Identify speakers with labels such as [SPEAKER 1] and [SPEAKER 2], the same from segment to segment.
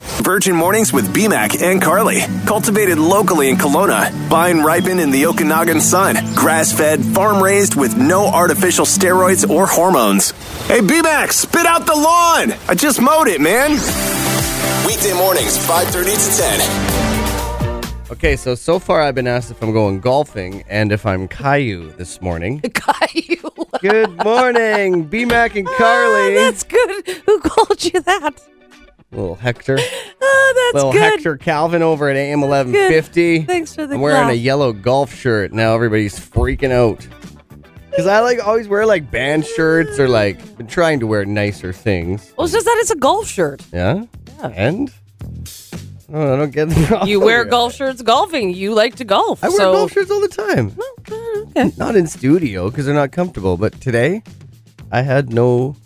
[SPEAKER 1] Virgin Mornings with BMAC and Carly. Cultivated locally in Kelowna, vine ripened in the Okanagan sun, grass fed, farm raised with no artificial steroids or hormones. Hey, BMAC, spit out the lawn! I just mowed it, man! Weekday mornings, 5.30 to 10.
[SPEAKER 2] Okay, so so far I've been asked if I'm going golfing and if I'm Caillou this morning.
[SPEAKER 3] Caillou.
[SPEAKER 2] Good morning, B Mac and Carly.
[SPEAKER 3] Oh, that's good. Who called you that?
[SPEAKER 2] little Hector,
[SPEAKER 3] Oh, that's
[SPEAKER 2] little
[SPEAKER 3] good.
[SPEAKER 2] Hector Calvin over at AM 1150.
[SPEAKER 3] Good. Thanks for the
[SPEAKER 2] I'm wearing a
[SPEAKER 3] clap.
[SPEAKER 2] yellow golf shirt. Now everybody's freaking out because I like always wear like band shirts or like been trying to wear nicer things.
[SPEAKER 3] Well, it's just that it's a golf shirt.
[SPEAKER 2] Yeah, and I don't, know, I don't get the problem
[SPEAKER 3] You wear
[SPEAKER 2] here.
[SPEAKER 3] golf shirts golfing. You like to golf.
[SPEAKER 2] Oh, I wear
[SPEAKER 3] so.
[SPEAKER 2] golf shirts all the time.
[SPEAKER 3] Okay.
[SPEAKER 2] not in studio because they're not comfortable. But today, I had no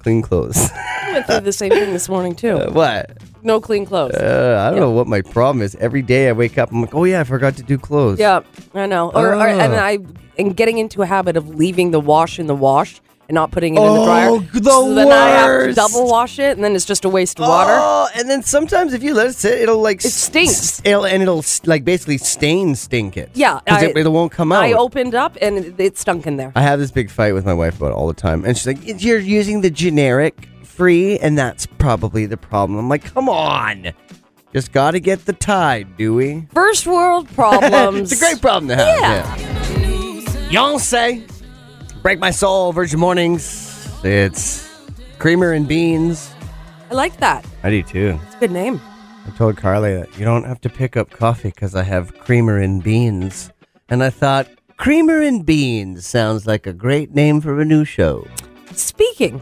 [SPEAKER 2] clean clothes.
[SPEAKER 3] I went through the same thing this morning too.
[SPEAKER 2] what?
[SPEAKER 3] no clean clothes.
[SPEAKER 2] Uh, I don't know what my problem is. Every day I wake up, I'm like, oh yeah, I forgot to do clothes.
[SPEAKER 3] yeah, I know. Or, or and
[SPEAKER 2] Oh.
[SPEAKER 3] I and getting into a habit of leaving the wash in the wash and not putting it in the dryer.
[SPEAKER 2] Oh, the
[SPEAKER 3] so then I have to
[SPEAKER 2] worst.
[SPEAKER 3] double wash it, and then it's just a waste of water.
[SPEAKER 2] Oh, and then sometimes if you let it sit, it'll like
[SPEAKER 3] It stinks.
[SPEAKER 2] it'll, and it'll s- like basically stain stink it.
[SPEAKER 3] Yeah,
[SPEAKER 2] because
[SPEAKER 3] I-
[SPEAKER 2] it, it won't come out.
[SPEAKER 3] I opened up and it, it stunk in there.
[SPEAKER 2] I have this big fight with my wife about it all the time, and she's like, "You're using the generic free, and that's probably the problem." I'm like, "Come on, just got to get the tide, do we?"
[SPEAKER 3] First world problems.
[SPEAKER 2] it's a great problem to have.
[SPEAKER 3] Yeah.
[SPEAKER 2] Y'all say, break my soul, Virgin Mornings. It's creamer and beans.
[SPEAKER 3] I like that.
[SPEAKER 2] I do too.
[SPEAKER 3] It's a good name.
[SPEAKER 2] I told Carly that you don't have to pick up coffee because I have creamer and beans. And I thought, creamer and beans sounds like a great name for a new show.
[SPEAKER 3] Speaking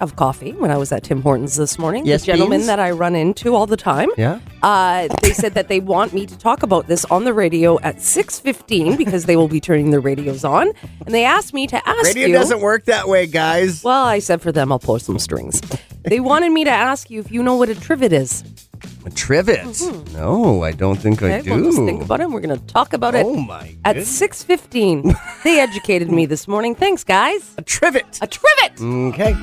[SPEAKER 3] of coffee, when I was at Tim Hortons this morning,
[SPEAKER 2] Yes,
[SPEAKER 3] the gentleman
[SPEAKER 2] Beans?
[SPEAKER 3] that I run into all the time,
[SPEAKER 2] Yeah?
[SPEAKER 3] uh, they said that they want me to talk about this on the radio at 6.15 because they will be turning their radios on. And they asked me to ask
[SPEAKER 2] Radio
[SPEAKER 3] you...
[SPEAKER 2] doesn't work that way, guys.
[SPEAKER 3] well, I said for them, I'll pull some strings. They wanted me to ask you if you know what a trivet is.
[SPEAKER 2] A trivet. No, I don't think I do.
[SPEAKER 3] Mm-hmm. we'll just think about it. and We're going to talk about
[SPEAKER 2] Oh
[SPEAKER 3] it
[SPEAKER 2] my
[SPEAKER 3] at
[SPEAKER 2] goodness.
[SPEAKER 3] 6.15. they educated me this morning. Thanks, guys.
[SPEAKER 2] a trivet.
[SPEAKER 3] A trivet!
[SPEAKER 2] Okay.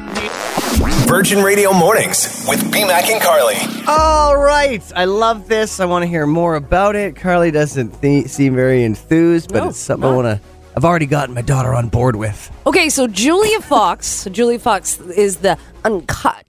[SPEAKER 1] Virgin Radio Mornings with BMAC and Carly.
[SPEAKER 2] All right. I love this. I want to hear more about it. Carly doesn't th- seem very enthused, but
[SPEAKER 3] No,
[SPEAKER 2] it's something I
[SPEAKER 3] not.
[SPEAKER 2] want to. I've already gotten my daughter on board with.
[SPEAKER 3] Okay, so Julia Fox. Julia Fox is the uncut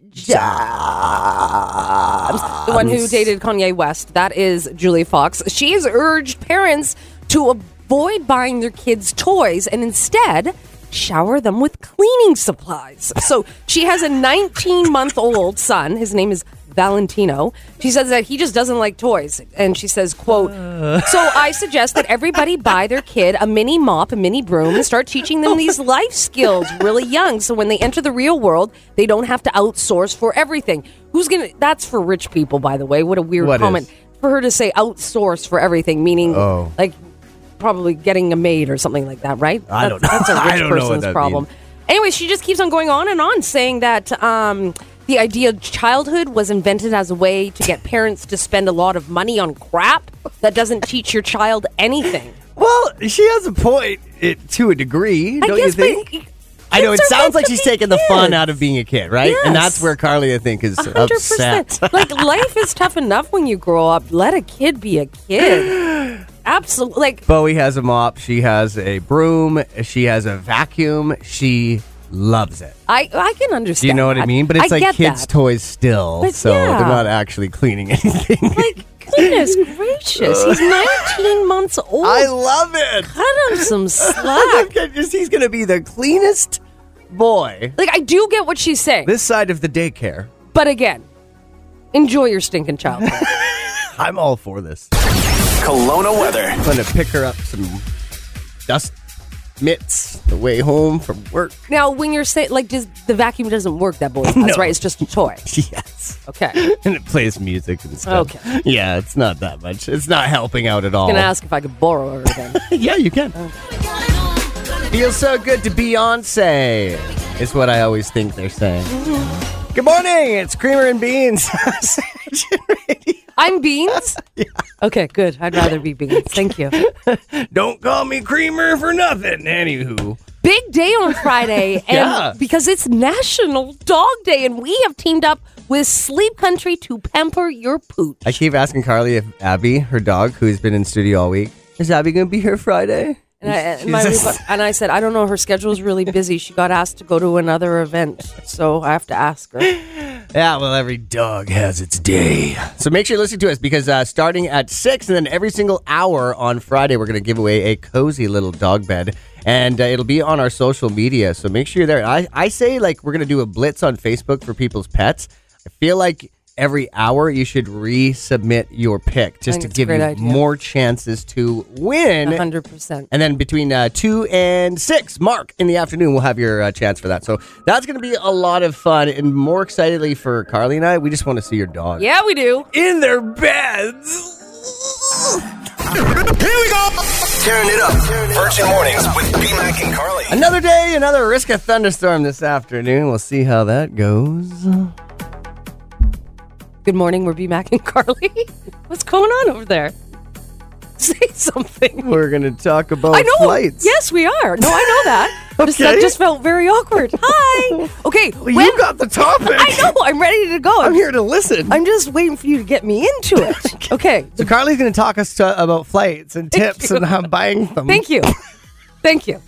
[SPEAKER 3] jobs. The one who dated Kanye West. That is Julia Fox. She has urged parents to avoid buying their kids toys and instead shower them with cleaning supplies. So she has a 19 month old son. His name is Valentino. She says that he just doesn't like toys. And she says, quote, so I suggest that everybody buy their kid a mini mop, a mini broom, and start teaching them these life skills really young. So when they enter the real world, they don't have to outsource for everything. Who's gonna? That's for rich people, by the way. What a weird
[SPEAKER 2] What
[SPEAKER 3] comment
[SPEAKER 2] is?
[SPEAKER 3] for her to say outsource for everything, meaning
[SPEAKER 2] Oh.
[SPEAKER 3] like probably getting a maid or something like that, right?
[SPEAKER 2] I don't
[SPEAKER 3] That's-
[SPEAKER 2] know.
[SPEAKER 3] That's a
[SPEAKER 2] I
[SPEAKER 3] rich
[SPEAKER 2] don't know what
[SPEAKER 3] person's
[SPEAKER 2] that
[SPEAKER 3] problem.
[SPEAKER 2] means.
[SPEAKER 3] Anyway, she just keeps on going on and on saying that um, the idea of childhood was invented as a way to get parents to spend a lot of money on crap that doesn't teach your child anything.
[SPEAKER 2] Well, she has a point it, to a degree, don't
[SPEAKER 3] I guess,
[SPEAKER 2] you think?
[SPEAKER 3] but
[SPEAKER 2] I know it
[SPEAKER 3] kids are
[SPEAKER 2] sounds
[SPEAKER 3] meant
[SPEAKER 2] like
[SPEAKER 3] to
[SPEAKER 2] she's
[SPEAKER 3] be
[SPEAKER 2] taking the fun
[SPEAKER 3] kids.
[SPEAKER 2] out of being a kid, right? And that's
[SPEAKER 3] Yes.
[SPEAKER 2] where Carly, I think, is
[SPEAKER 3] hundred
[SPEAKER 2] upset.
[SPEAKER 3] percent. Like life is tough enough when you grow up. Let a kid be a kid. Absolutely. Like
[SPEAKER 2] Bowie has a mop. She has a broom. She has a vacuum. She loves it.
[SPEAKER 3] I, I can understand.
[SPEAKER 2] Do you know what I
[SPEAKER 3] that.
[SPEAKER 2] mean? But it's
[SPEAKER 3] I
[SPEAKER 2] like
[SPEAKER 3] get
[SPEAKER 2] kids'
[SPEAKER 3] that.
[SPEAKER 2] toys still,
[SPEAKER 3] But
[SPEAKER 2] so
[SPEAKER 3] yeah.
[SPEAKER 2] they're not actually cleaning anything.
[SPEAKER 3] Like, goodness gracious, he's 19 months old.
[SPEAKER 2] I love it.
[SPEAKER 3] Cut him some slack.
[SPEAKER 2] He's going to be the cleanest boy
[SPEAKER 3] like, I do get what she's saying,
[SPEAKER 2] this side of the daycare.
[SPEAKER 3] but again, enjoy your stinking child.
[SPEAKER 2] I'm all for this.
[SPEAKER 1] Kelowna weather.
[SPEAKER 2] I'm going to pick her up some dust mitts the way home from work.
[SPEAKER 3] now, when you're saying, like, does, the vacuum doesn't work that boy has, right? It's just a toy.
[SPEAKER 2] Yes.
[SPEAKER 3] Okay.
[SPEAKER 2] And it plays music and stuff.
[SPEAKER 3] Okay.
[SPEAKER 2] Yeah, it's not that much. It's not helping out at all.
[SPEAKER 3] I'm going to ask if I could borrow her then.
[SPEAKER 2] Yeah, you can. Feels so good to Beyonce, is what I always think they're saying. Good morning, it's Creamer and Beans.
[SPEAKER 3] I'm Beans? Okay, good. I'd rather be Beans. Thank you.
[SPEAKER 2] Don't call me Creamer for nothing. Anywho,
[SPEAKER 3] big day on Friday, and
[SPEAKER 2] Yeah.
[SPEAKER 3] because it's National Dog Day, and we have teamed up with Sleep Country to pamper your pooch.
[SPEAKER 2] I keep asking Carly if Abby, her dog, who's been in studio all week, is Abby going to be here Friday?
[SPEAKER 3] And I, and, my
[SPEAKER 2] Jesus.
[SPEAKER 3] reply- and I said, I don't know. Her schedule is really busy. She got asked to go to another event, so I have to ask her.
[SPEAKER 2] Yeah, well, every dog has its day. So make sure you listen to us because uh, starting at 6 and then every single hour on Friday, we're going to give away a cozy little dog bed. And uh, it'll be on our social media. So make sure you're there. I, I say, like, we're going to do a blitz on Facebook for people's pets. I feel like every hour you should resubmit your pick just
[SPEAKER 3] think
[SPEAKER 2] to
[SPEAKER 3] it's a
[SPEAKER 2] give you
[SPEAKER 3] great idea. Uh-huh.
[SPEAKER 2] more chances to win.
[SPEAKER 3] hundred percent.
[SPEAKER 2] And then between uh, 2 and 6, Mark, in the afternoon, we'll have your uh, chance for that. So that's going to be a lot of fun. And more excitedly for Carly and I, we just want to see your dog
[SPEAKER 3] Yeah, we do.
[SPEAKER 2] in their beds.
[SPEAKER 1] Tearing it up. Virgin Mornings with B-Mac and Carly.
[SPEAKER 2] Another day, another risk of thunderstorm this afternoon. We'll see how that goes.
[SPEAKER 3] Good morning. We're B Mac and Carly. What's going on over there? Say something.
[SPEAKER 2] We're going to talk about
[SPEAKER 3] I know.
[SPEAKER 2] flights.
[SPEAKER 3] Yes, we are. No, I know that. just, that
[SPEAKER 2] Okay.
[SPEAKER 3] just felt very awkward. Hi. Okay.
[SPEAKER 2] Well,
[SPEAKER 3] when-
[SPEAKER 2] you got the topic.
[SPEAKER 3] I know. I'm ready to go.
[SPEAKER 2] I'm here to listen.
[SPEAKER 3] I'm just waiting for you to get me into it. Okay.
[SPEAKER 2] so Carly's going to talk us to, about flights and tips
[SPEAKER 3] you.
[SPEAKER 2] and how buying them.
[SPEAKER 3] Thank you. Thank you.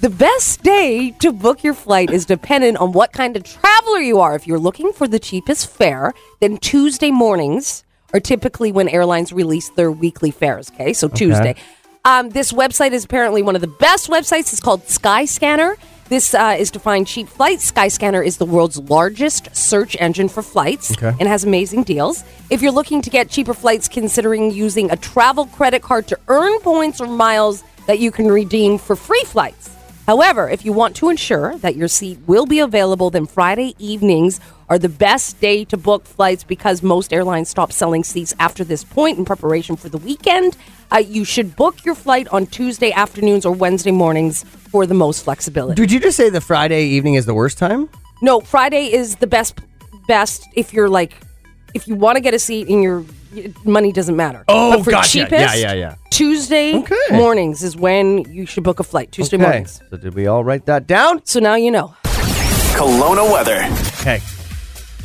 [SPEAKER 3] The best day to book your flight is dependent on what kind of traveler you are. If you're looking for the cheapest fare, then Tuesday mornings are typically when airlines release their weekly fares. Okay, so Tuesday. Um, this website is apparently one of the best websites. It's called Skyscanner. This uh, is to find cheap flights. Skyscanner is the world's largest search engine for flights
[SPEAKER 2] Okay.
[SPEAKER 3] and has amazing deals. If you're looking to get cheaper flights, considering using a travel credit card to earn points or miles that you can redeem for free flights. However, if you want to ensure that your seat will be available, then Friday evenings are the best day to book flights because most airlines stop selling seats after this point in preparation for the weekend. Uh, you should book your flight on Tuesday afternoons or Wednesday mornings for the most flexibility.
[SPEAKER 2] Did you just say the Friday evening is the worst time?
[SPEAKER 3] No, Friday is the best best if you're like if you want to get a seat and your money doesn't matter.
[SPEAKER 2] Oh,
[SPEAKER 3] but for
[SPEAKER 2] gotcha. Yeah,
[SPEAKER 3] cheapest,
[SPEAKER 2] yeah, yeah.
[SPEAKER 3] Tuesday
[SPEAKER 2] Okay.
[SPEAKER 3] mornings is when you should book a flight. Tuesday mornings.
[SPEAKER 2] So did we all write that down?
[SPEAKER 3] So now you know.
[SPEAKER 1] Kelowna weather.
[SPEAKER 2] Okay.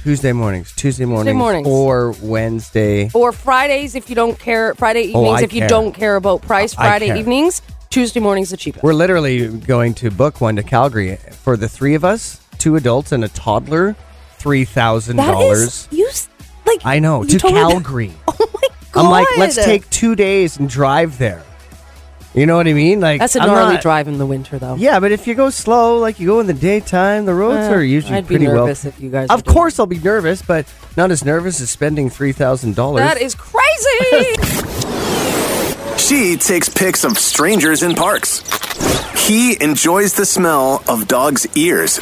[SPEAKER 2] Tuesday mornings, Tuesday mornings,
[SPEAKER 3] mornings.
[SPEAKER 2] or Wednesday.
[SPEAKER 3] Or Fridays if you don't care. Friday
[SPEAKER 2] Oh,
[SPEAKER 3] evenings
[SPEAKER 2] I
[SPEAKER 3] if you
[SPEAKER 2] care.
[SPEAKER 3] don't care about price.
[SPEAKER 2] I
[SPEAKER 3] Friday
[SPEAKER 2] care.
[SPEAKER 3] evenings. Tuesday mornings the cheapest.
[SPEAKER 2] We're literally going to book one to Calgary for the three of us, two adults and a toddler, three thousand
[SPEAKER 3] That
[SPEAKER 2] dollars.
[SPEAKER 3] is you s- like
[SPEAKER 2] I know
[SPEAKER 3] you
[SPEAKER 2] to
[SPEAKER 3] told me that-
[SPEAKER 2] Calgary.
[SPEAKER 3] Oh my god!
[SPEAKER 2] I'm like, let's take two days and drive there. You know what I mean? Like
[SPEAKER 3] That's a
[SPEAKER 2] I'm
[SPEAKER 3] gnarly
[SPEAKER 2] not-
[SPEAKER 3] drive in the winter though.
[SPEAKER 2] Yeah, but if you go slow, like you go in the daytime, the roads
[SPEAKER 3] Uh,
[SPEAKER 2] are usually
[SPEAKER 3] I'd be
[SPEAKER 2] pretty
[SPEAKER 3] nervous
[SPEAKER 2] well.
[SPEAKER 3] if you guys were
[SPEAKER 2] of
[SPEAKER 3] doing
[SPEAKER 2] course, I'll be nervous, but not as nervous as spending three thousand dollars.
[SPEAKER 3] That is crazy.
[SPEAKER 1] She takes pics of strangers in parks. He enjoys the smell of dogs' ears.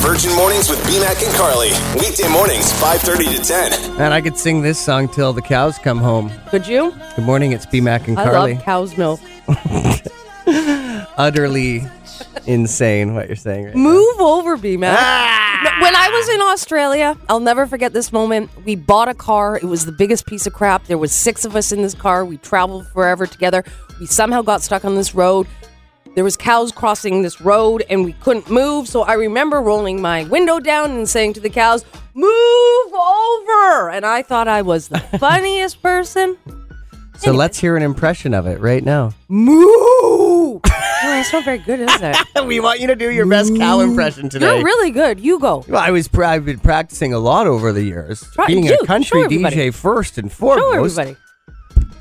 [SPEAKER 1] Virgin Mornings with B-Mac and Carly. Weekday mornings, 5.30 to 10.
[SPEAKER 2] And I could sing this song till the cows come home.
[SPEAKER 3] Could you?
[SPEAKER 2] Good morning, it's B Mac and
[SPEAKER 3] I
[SPEAKER 2] Carly.
[SPEAKER 3] love cow's milk.
[SPEAKER 2] Utterly insane what you're saying right now.
[SPEAKER 3] Move over, B man. When I was in Australia, I'll never forget this moment. We bought a car. It was the biggest piece of crap. There was six of us in this car. We traveled forever together. We somehow got stuck on this road. There was cows crossing this road and we couldn't move. So I remember rolling my window down and saying to the cows, "Move over." And I thought I was the funniest person.
[SPEAKER 2] So let's hear an impression of it right now.
[SPEAKER 3] Move. that's not very good, is it?
[SPEAKER 2] we want you to do your best cow impression today.
[SPEAKER 3] You're really good. You go.
[SPEAKER 2] well, I was pr- I've been practicing a lot over the years.
[SPEAKER 3] Try-
[SPEAKER 2] Being
[SPEAKER 3] do.
[SPEAKER 2] a country
[SPEAKER 3] Show everybody.
[SPEAKER 2] DJ first and
[SPEAKER 3] Show
[SPEAKER 2] foremost,
[SPEAKER 3] everybody.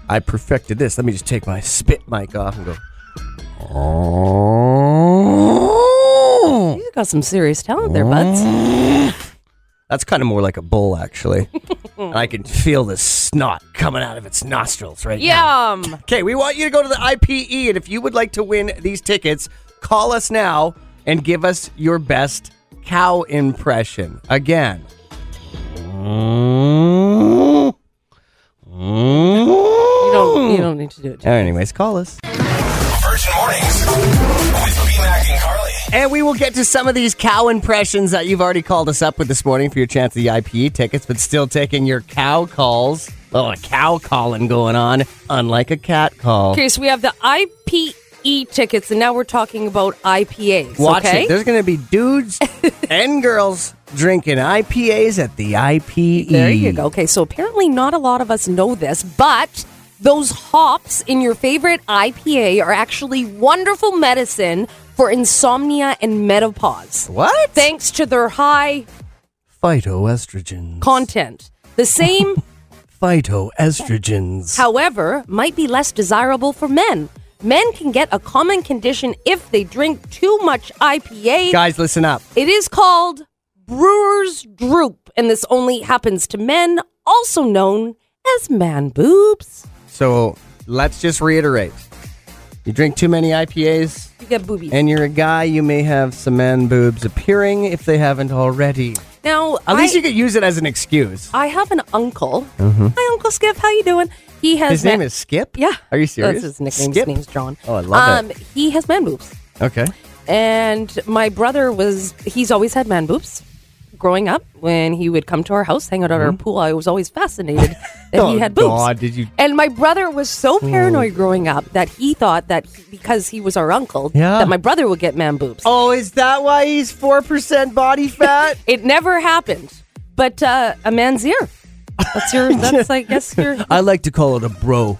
[SPEAKER 2] I perfected this. Let me just take my spit mic off and go. "Oh."
[SPEAKER 3] You got some serious talent there, buds.
[SPEAKER 2] That's kind of more like a bull, actually. and I can feel the snot coming out of its nostrils right now.
[SPEAKER 3] Yum.
[SPEAKER 2] Okay, we want you to go to the IPE, and if you would like to win these tickets, call us now and give us your best cow impression. Again.
[SPEAKER 3] You don't. You don't need to do it.
[SPEAKER 2] Anyways, call us.
[SPEAKER 1] Virgin Mornings with B-Mac and Carly.
[SPEAKER 2] And we will get to some of these cow impressions that you've already called us up with this morning for your chance at the IPE tickets, but still taking your cow calls. Oh, a cow calling going on, unlike a cat call.
[SPEAKER 3] Okay, so we have the E IPE tickets, and now we're talking about IPAs.
[SPEAKER 2] Watch
[SPEAKER 3] okay?
[SPEAKER 2] it. There's going to be dudes and girls drinking IPAs at the E. IPE.
[SPEAKER 3] There you go. Okay, so apparently not a lot of us know this, but those hops in your favorite IPA are actually wonderful medicine for insomnia and menopause.
[SPEAKER 2] What?
[SPEAKER 3] Thanks to their high
[SPEAKER 2] Phytoestrogens.
[SPEAKER 3] content. The same,
[SPEAKER 2] Phytoestrogens.
[SPEAKER 3] however, might be less desirable for men. Men can get a common condition if they drink too much IPA.
[SPEAKER 2] Guys, listen up.
[SPEAKER 3] It is called Brewer's Droop, and this only happens to men, also known as man boobs.
[SPEAKER 2] So let's just reiterate. You drink too many IPAs
[SPEAKER 3] You get boobies.
[SPEAKER 2] and you're a guy, you may have some man boobs appearing if they haven't already.
[SPEAKER 3] now,
[SPEAKER 2] At least
[SPEAKER 3] I,
[SPEAKER 2] you could use it as an excuse.
[SPEAKER 3] I have an uncle. Hi, Uncle Skip. How you doing? He has
[SPEAKER 2] His
[SPEAKER 3] man-
[SPEAKER 2] name is Skip?
[SPEAKER 3] yeah.
[SPEAKER 2] Are you serious?
[SPEAKER 3] That's his nickname.
[SPEAKER 2] Skip?
[SPEAKER 3] His name's John.
[SPEAKER 2] Oh, I love
[SPEAKER 3] um, He has man boobs,
[SPEAKER 2] Okay.
[SPEAKER 3] and my brother was. He's always had man boobs. Growing up, when he would come to our house, hang out at our pool, I was always fascinated that
[SPEAKER 2] Mm-hmm. Oh,
[SPEAKER 3] he had boobs.
[SPEAKER 2] God, did you-
[SPEAKER 3] And my brother was so paranoid growing up that he thought that he- because he was our uncle,
[SPEAKER 2] Yeah.
[SPEAKER 3] that my brother would get man boobs.
[SPEAKER 2] Oh, is that why he's 4% body fat?
[SPEAKER 3] It never happened. But uh, a man's ear. That's your. That's I guess your.
[SPEAKER 2] I like to call it a bro.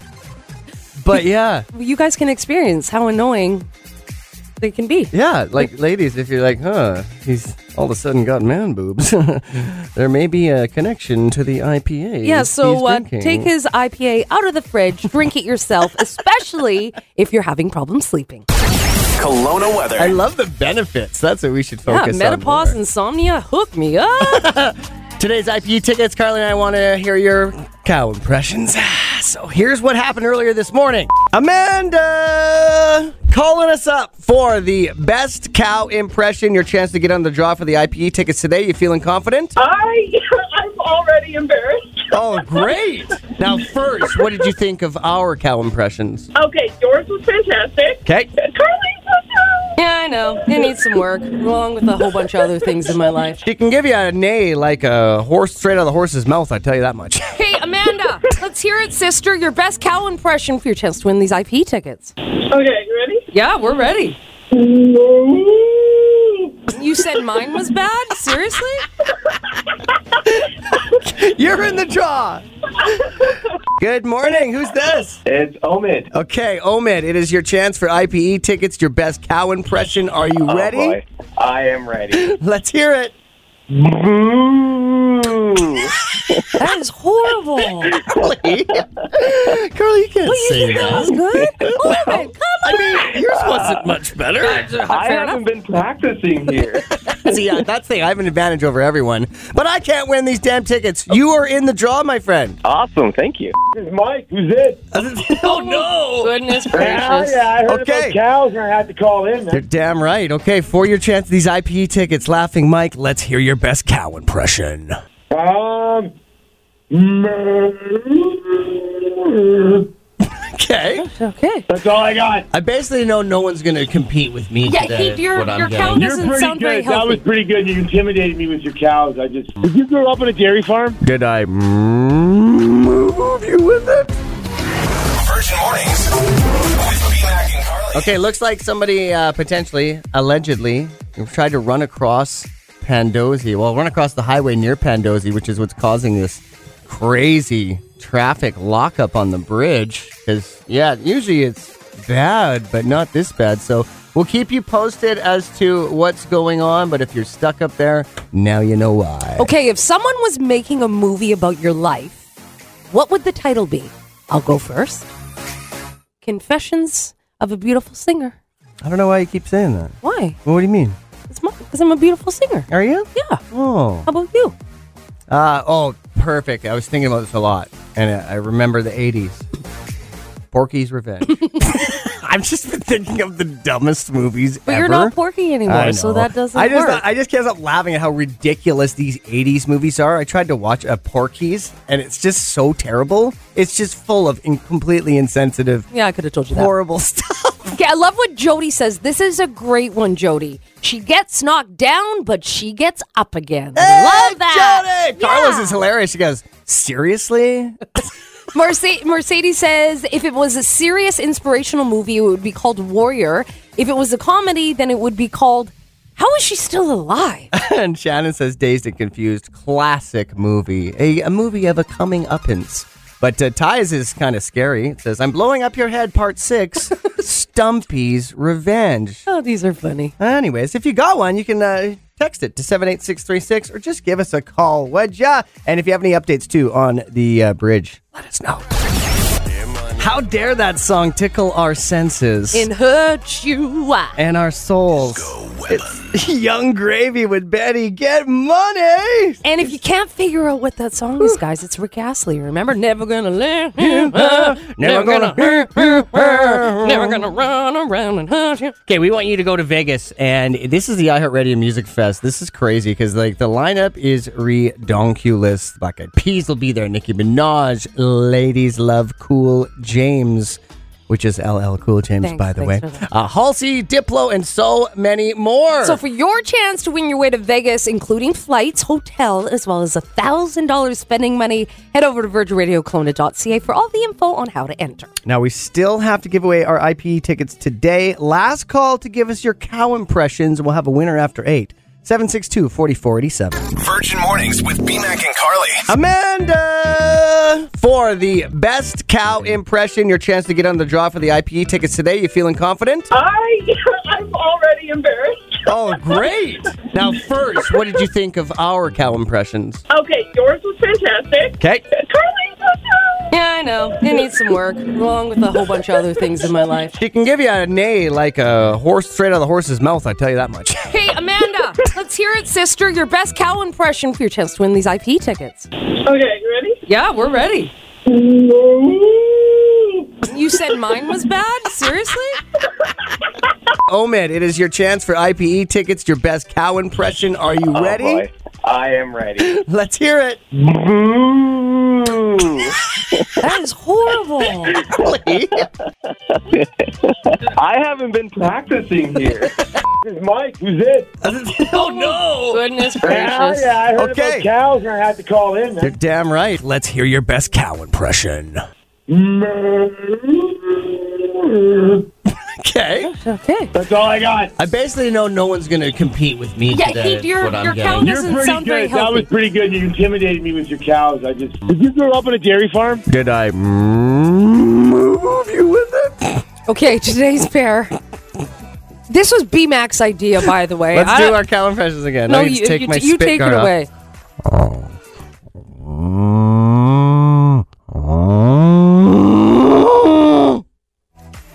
[SPEAKER 2] But yeah.
[SPEAKER 3] You guys can experience how annoying they can be.
[SPEAKER 2] Yeah, like ladies, if you're like, huh, he's all of a sudden got man boobs, there may be a connection to the IPA.
[SPEAKER 3] Yeah, so
[SPEAKER 2] he's
[SPEAKER 3] uh,
[SPEAKER 2] drinking.
[SPEAKER 3] take his IPA out of the fridge, drink it yourself, especially if you're having problems sleeping.
[SPEAKER 1] Kelowna weather.
[SPEAKER 2] I love the benefits. That's what we should
[SPEAKER 3] Yeah,
[SPEAKER 2] focus on.
[SPEAKER 3] menopause,
[SPEAKER 2] more.
[SPEAKER 3] insomnia, hook me up.
[SPEAKER 2] Today's IPU tickets, Carly and I want to hear your cow impressions. So here's what happened earlier this morning. Amanda calling us up for the best cow impression. Your chance to get on the draw for the IPE tickets today. You feeling confident?
[SPEAKER 4] I I'm already embarrassed.
[SPEAKER 2] Oh, great. Now, first, what did you think of our cow impressions?
[SPEAKER 4] Okay, yours was fantastic.
[SPEAKER 2] Okay.
[SPEAKER 4] Carly's was uh,
[SPEAKER 3] yeah, I know. It needs some work, along with a whole bunch of other things in my life.
[SPEAKER 2] She can give you a neigh like a horse straight out of the horse's mouth, I tell you that much.
[SPEAKER 3] Hey, Amanda, let's hear it, sister. Your best cow impression for your chance to win these IP tickets.
[SPEAKER 4] Okay, you ready?
[SPEAKER 3] Yeah, we're ready.
[SPEAKER 4] Moo.
[SPEAKER 3] You said mine was bad? Seriously?
[SPEAKER 2] You're in the draw. Good morning. Who's this?
[SPEAKER 5] It's Omid.
[SPEAKER 2] Okay, Omid, it is your chance for IPE tickets, your best cow impression. Are you ready?
[SPEAKER 5] Oh, boy. I am ready.
[SPEAKER 2] Let's hear it.
[SPEAKER 3] That is horrible. Oh,
[SPEAKER 2] Carly, Carly you can't say that.
[SPEAKER 3] Good? Oh, Good.
[SPEAKER 2] I mean, yours wasn't much better.
[SPEAKER 5] I haven't been practicing here.
[SPEAKER 2] See, yeah, that's the thing. I have an advantage over everyone. But I can't win these damn tickets. You are in the draw, my friend.
[SPEAKER 5] awesome. Thank you. This is Mike. Who's it?
[SPEAKER 2] oh, no.
[SPEAKER 3] Goodness
[SPEAKER 5] Yeah,
[SPEAKER 3] gracious.
[SPEAKER 5] yeah, I heard
[SPEAKER 2] Okay.
[SPEAKER 5] about cows and I had to call in.
[SPEAKER 2] You're damn right. Okay, for your chance at these IPE tickets, Laughing Mike, let's hear your best cow impression.
[SPEAKER 5] Um, moo.
[SPEAKER 2] Okay.
[SPEAKER 3] Okay.
[SPEAKER 5] that's all I got.
[SPEAKER 2] I basically know no one's going to compete with me
[SPEAKER 3] Yeah,
[SPEAKER 2] today.
[SPEAKER 3] he-
[SPEAKER 2] is
[SPEAKER 3] your-
[SPEAKER 2] what I'm
[SPEAKER 3] your
[SPEAKER 2] getting.
[SPEAKER 3] cow
[SPEAKER 5] You're
[SPEAKER 3] doesn't
[SPEAKER 5] pretty
[SPEAKER 3] sound
[SPEAKER 5] good.
[SPEAKER 3] very
[SPEAKER 5] That
[SPEAKER 3] healthy.
[SPEAKER 5] was pretty good. You intimidated me with your cows. I just. Did you grow up on a dairy farm?
[SPEAKER 2] Did I move you with it?
[SPEAKER 1] Virgin mornings with BMAC and Carly.
[SPEAKER 2] Okay, looks like somebody uh, potentially, allegedly, tried to run across Pandozi. Well, run across the highway near Pandozi, which is what's causing this crazy traffic lockup on the bridge. Because, yeah, usually it's bad, but not this bad. So we'll keep you posted as to what's going on. But if you're stuck up there, now you know why.
[SPEAKER 3] Okay, if someone was making a movie about your life, what would the title be? I'll go first. Confessions of a Beautiful Singer.
[SPEAKER 2] I don't know why you keep saying that.
[SPEAKER 3] Why?
[SPEAKER 2] What do you mean?
[SPEAKER 3] Because I'm a beautiful singer.
[SPEAKER 2] Are you?
[SPEAKER 3] Yeah.
[SPEAKER 2] Oh.
[SPEAKER 3] How about you?
[SPEAKER 2] Uh, oh, perfect. I was thinking about this a lot, and I I remember the 80s. Porky's Revenge. I've just been thinking of the dumbest movies
[SPEAKER 3] But
[SPEAKER 2] ever.
[SPEAKER 3] you're not Porky anymore,
[SPEAKER 2] I
[SPEAKER 3] so
[SPEAKER 2] know.
[SPEAKER 3] that doesn't
[SPEAKER 2] I just,
[SPEAKER 3] work.
[SPEAKER 2] I just can't stop laughing at how ridiculous these 80s movies are. I tried to watch a Porky's, and it's just so terrible. It's just full of in- completely insensitive,
[SPEAKER 3] yeah, I could have told you that.
[SPEAKER 2] horrible stuff.
[SPEAKER 3] Okay, I love what Jody says. This is a great one, Jody. She gets knocked down, but she gets up again. love that.
[SPEAKER 2] Jody! Carlos
[SPEAKER 3] Yeah.
[SPEAKER 2] is hilarious. She goes, seriously?
[SPEAKER 3] Merce- Mercedes says if it was a serious inspirational movie, it would be called Warrior. If it was a comedy, then it would be called How is she still alive?
[SPEAKER 2] and Shannon says Dazed and Confused, classic movie, a, a movie of a coming uppance. But uh, Ty's is kind of scary. It says, I'm blowing up your head, part six, Stumpy's Revenge.
[SPEAKER 3] Oh, these are funny.
[SPEAKER 2] Anyways, if you got one, you can uh, text it to 78636 or just give us a call, would ya? And if you have any updates too on the uh, bridge, let us know. How dare that song tickle our senses
[SPEAKER 3] In her chew.
[SPEAKER 2] and our souls? It's Young Gravy with Betty. Get money!
[SPEAKER 3] And if you can't figure out what that song is, guys, it's Rick Astley. Remember, never gonna let him, up,
[SPEAKER 2] Never gonna-
[SPEAKER 3] never gonna run around and hunt you.
[SPEAKER 2] Okay, we want you to go to Vegas, and this is the iHeartRadio Music Fest. This is crazy because like the lineup is redonkulous. Black Eyed Peas will be there. Nicki Minaj, Ladies Love Cool James, which is LL Cool James,
[SPEAKER 3] Thanks,
[SPEAKER 2] by the way.
[SPEAKER 3] thanks for that.
[SPEAKER 2] Uh, Halsey, Diplo, and so many more.
[SPEAKER 3] So, for your chance to win your way to Vegas, including flights, hotel, as well as $1,000 spending money, head over to virginradioclona.ca for all the info on how to enter.
[SPEAKER 2] now we still have to give away our IPE tickets today. Last call to give us your cow impressions. We'll have a winner after eight. 762 4487.
[SPEAKER 1] Virgin Mornings with BMAC and Carly.
[SPEAKER 2] Amanda! For the best cow impression, your chance to get on the draw for the IPE tickets today. You feeling confident?
[SPEAKER 4] I, I'm already embarrassed.
[SPEAKER 2] Oh, great. now, first, what did you think of our cow impressions?
[SPEAKER 4] Okay, yours was fantastic.
[SPEAKER 2] Okay.
[SPEAKER 4] Carly's so sound.
[SPEAKER 3] Yeah, I know. It needs some work, along with a whole bunch of other things in my life.
[SPEAKER 2] She can give you a neigh like a horse straight out of the horse's mouth, I tell you that much.
[SPEAKER 3] Hey, Amanda, let's hear it, sister. Your best cow impression for your chance to win these IP tickets.
[SPEAKER 4] Okay, you ready?
[SPEAKER 3] Yeah, we're ready.
[SPEAKER 5] Oh,
[SPEAKER 4] Ooh.
[SPEAKER 3] You said mine was bad? Seriously?
[SPEAKER 2] Omid, it is your chance for IPE tickets, your best cow impression. Are you ready?
[SPEAKER 6] Boy, I am ready.
[SPEAKER 2] Let's hear it.
[SPEAKER 3] That is horrible.
[SPEAKER 2] Please.
[SPEAKER 6] I haven't been practicing here.
[SPEAKER 5] This is Mike. Who's it?
[SPEAKER 3] Oh, no. Goodness
[SPEAKER 5] Yeah,
[SPEAKER 3] gracious.
[SPEAKER 5] yeah, I heard
[SPEAKER 2] Okay.
[SPEAKER 5] about cows and I had to call in.
[SPEAKER 2] You're
[SPEAKER 5] Man.
[SPEAKER 2] damn right. Let's hear your best cow impression. Okay.
[SPEAKER 3] Okay.
[SPEAKER 5] That's all I got.
[SPEAKER 2] I basically know no one's going to compete with me
[SPEAKER 3] Yeah,
[SPEAKER 2] today.
[SPEAKER 3] he, your,
[SPEAKER 2] is what I'm
[SPEAKER 3] your
[SPEAKER 2] getting.
[SPEAKER 3] cow
[SPEAKER 5] You're
[SPEAKER 3] doesn't
[SPEAKER 5] pretty
[SPEAKER 3] sound very
[SPEAKER 5] good. That was
[SPEAKER 3] healthy.
[SPEAKER 5] pretty good. You intimidated me with your cows. I just. Did you grow up on a dairy farm?
[SPEAKER 2] Did I move you with it?
[SPEAKER 3] Okay, today's pair. This was B Mac's idea, by the way.
[SPEAKER 2] Let's
[SPEAKER 3] I-
[SPEAKER 2] do our cow impressions again.
[SPEAKER 3] No,
[SPEAKER 2] I need to
[SPEAKER 3] you
[SPEAKER 2] take
[SPEAKER 3] you,
[SPEAKER 2] my
[SPEAKER 3] you
[SPEAKER 2] spit
[SPEAKER 3] take it
[SPEAKER 2] guard off.
[SPEAKER 3] away.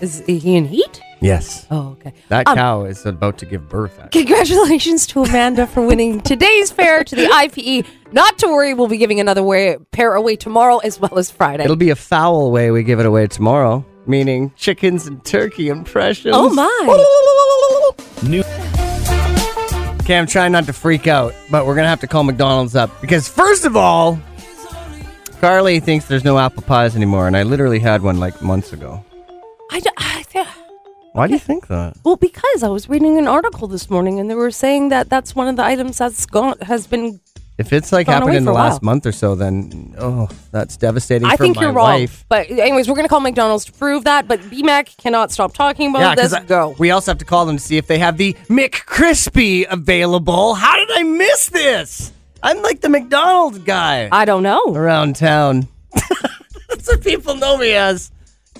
[SPEAKER 3] Is he in heat?
[SPEAKER 2] Yes.
[SPEAKER 3] Oh, okay.
[SPEAKER 2] That
[SPEAKER 3] Um,
[SPEAKER 2] cow is about to give birth. Actually.
[SPEAKER 3] Congratulations to Amanda for winning today's pair to the IPE. Not to worry, we'll be giving another way, pair away tomorrow as well as Friday.
[SPEAKER 2] It'll be a foul way we give it away tomorrow, meaning chickens and turkey impressions.
[SPEAKER 3] oh my!
[SPEAKER 2] Okay, I'm trying not to freak out, but we're gonna have to call McDonald's up because first of all, Carly thinks there's no apple pies anymore, and I literally had one like months ago.
[SPEAKER 3] I, d- I th-
[SPEAKER 2] Why do you think that?
[SPEAKER 3] well, because I was reading an article this morning and they were saying that that's one of the items that's gone has been.
[SPEAKER 2] If it's like
[SPEAKER 3] Gone
[SPEAKER 2] happened
[SPEAKER 3] away
[SPEAKER 2] in
[SPEAKER 3] for
[SPEAKER 2] the
[SPEAKER 3] a
[SPEAKER 2] last
[SPEAKER 3] while.
[SPEAKER 2] month or so, then oh, that's devastating
[SPEAKER 3] I
[SPEAKER 2] for
[SPEAKER 3] think
[SPEAKER 2] my
[SPEAKER 3] you're wrong.
[SPEAKER 2] wife.
[SPEAKER 3] But anyways, we're gonna call McDonald's to prove that. But BMAC cannot stop talking about
[SPEAKER 2] Yeah,
[SPEAKER 3] this.
[SPEAKER 2] 'cause I-
[SPEAKER 3] Oh, Go.
[SPEAKER 2] We also have to call them to see if they have the McCrispy available. How did I miss this? I'm like the McDonald's guy
[SPEAKER 3] I don't know.
[SPEAKER 2] around town. that's what people know me as.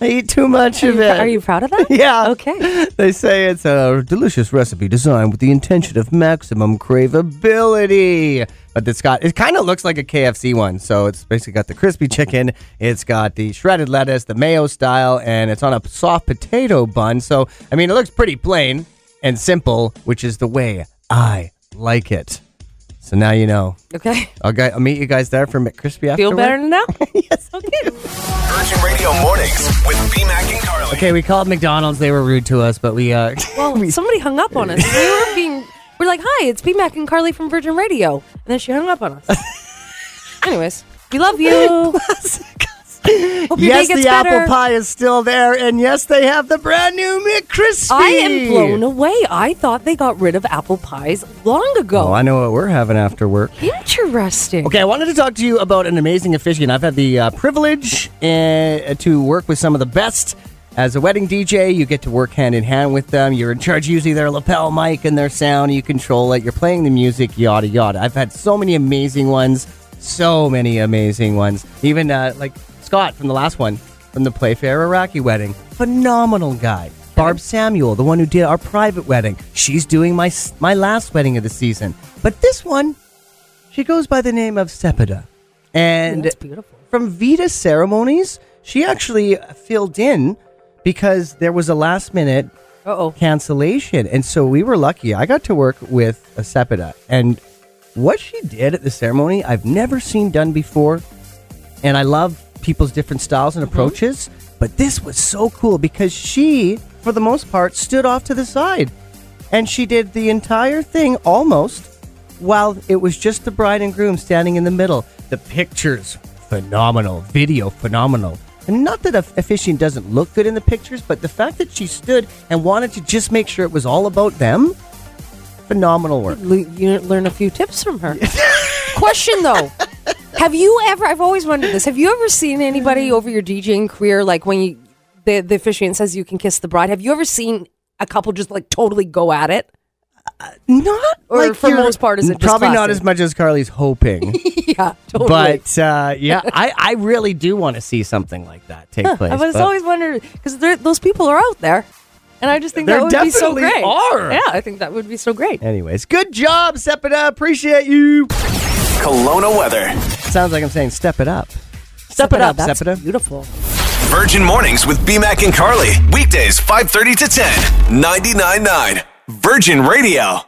[SPEAKER 2] I eat too much of it.
[SPEAKER 3] Are you proud of that?
[SPEAKER 2] Yeah.
[SPEAKER 3] Okay.
[SPEAKER 2] They say it's a delicious recipe designed with the intention of maximum craveability. But it's got, it kind of looks like a KFC one. So it's basically got the crispy chicken, it's got the shredded lettuce, the mayo style, and it's on a soft potato bun. So, I mean, it looks pretty plain and simple, which is the way I like it. So now you know.
[SPEAKER 3] Okay.
[SPEAKER 2] I'll, gu- I'll meet you guys there for McCrispy afterward.
[SPEAKER 3] Feel better now?
[SPEAKER 2] yes.
[SPEAKER 3] Okay.
[SPEAKER 1] Virgin Radio Mornings with BMAC and Carly.
[SPEAKER 2] Okay, we called McDonald's. They were rude to us, but we, uh,
[SPEAKER 3] Well, somebody hung up on us. We were being, we're like, "Hi, it's B Mac and Carly from Virgin Radio," and then she hung up on us. Anyways, we love you. Hope your
[SPEAKER 2] yes,
[SPEAKER 3] day gets
[SPEAKER 2] the
[SPEAKER 3] better.
[SPEAKER 2] apple pie is still there, and yes, they have the brand new McCrispy.
[SPEAKER 3] I am blown away. I thought they got rid of apple pies long ago.
[SPEAKER 2] Oh, I know what we're having after work.
[SPEAKER 3] Interesting.
[SPEAKER 2] Okay, I wanted to talk to you about an amazing officiant. I've had the uh, privilege uh, to work with some of the best As a wedding DJ, you get to work hand in hand with them. You're in charge using their lapel mic and their sound. You control it. You're playing the music, yada, yada. I've had so many amazing ones. So many amazing ones. Even uh, like Scott from the last one, from the Playfair Iraqi wedding. Phenomenal guy. Barb Samuel, the one who did our private wedding. She's doing my, s- my last wedding of the season. But this one, she goes by the name of Sepida. And
[SPEAKER 3] That's beautiful.
[SPEAKER 2] from Vita Ceremonies, she actually filled in because there was a last minute
[SPEAKER 3] Uh oh.
[SPEAKER 2] cancellation. And so we were lucky. I got to work with a Sepida. And what she did at the ceremony, I've never seen done before. And I love people's different styles and approaches. But this was so cool because she, for the most part, stood off to the side. And she did the entire thing almost while it was just the bride and groom standing in the middle. The pictures, phenomenal. Video, phenomenal. And not that a officiant doesn't look good in the pictures, but the fact that she stood and wanted to just make sure it was all about them, phenomenal work.
[SPEAKER 3] You learn a few tips from her. Question though. Have you ever? I've always wondered this. Have you ever seen anybody over your DJing career, like when you, the the officiant says you can kiss the bride? Have you ever seen a couple just like totally go at it?
[SPEAKER 2] Not
[SPEAKER 3] Or
[SPEAKER 2] like
[SPEAKER 3] for
[SPEAKER 2] you're-
[SPEAKER 3] most part, is it just
[SPEAKER 2] probably not
[SPEAKER 3] classy?
[SPEAKER 2] as much as Carly's hoping,
[SPEAKER 3] Yeah, totally.
[SPEAKER 2] but uh, yeah, I, I really do want to see something like that take place.
[SPEAKER 3] I was
[SPEAKER 2] but-
[SPEAKER 3] always wondered because those people are out there, and I just think
[SPEAKER 2] There
[SPEAKER 3] that would be so
[SPEAKER 2] definitely
[SPEAKER 3] great.
[SPEAKER 2] are.
[SPEAKER 3] Yeah, I think that would be so great.
[SPEAKER 2] Anyways, good job, Step It Up. Appreciate you.
[SPEAKER 1] Kelowna weather.
[SPEAKER 2] Sounds like I'm saying Step It Up.
[SPEAKER 3] Step it up. That's
[SPEAKER 2] Step It Up.
[SPEAKER 3] beautiful.
[SPEAKER 1] Virgin Mornings with BMAC and Carly. Weekdays 5:30 to 10. 99.9 Virgin Radio.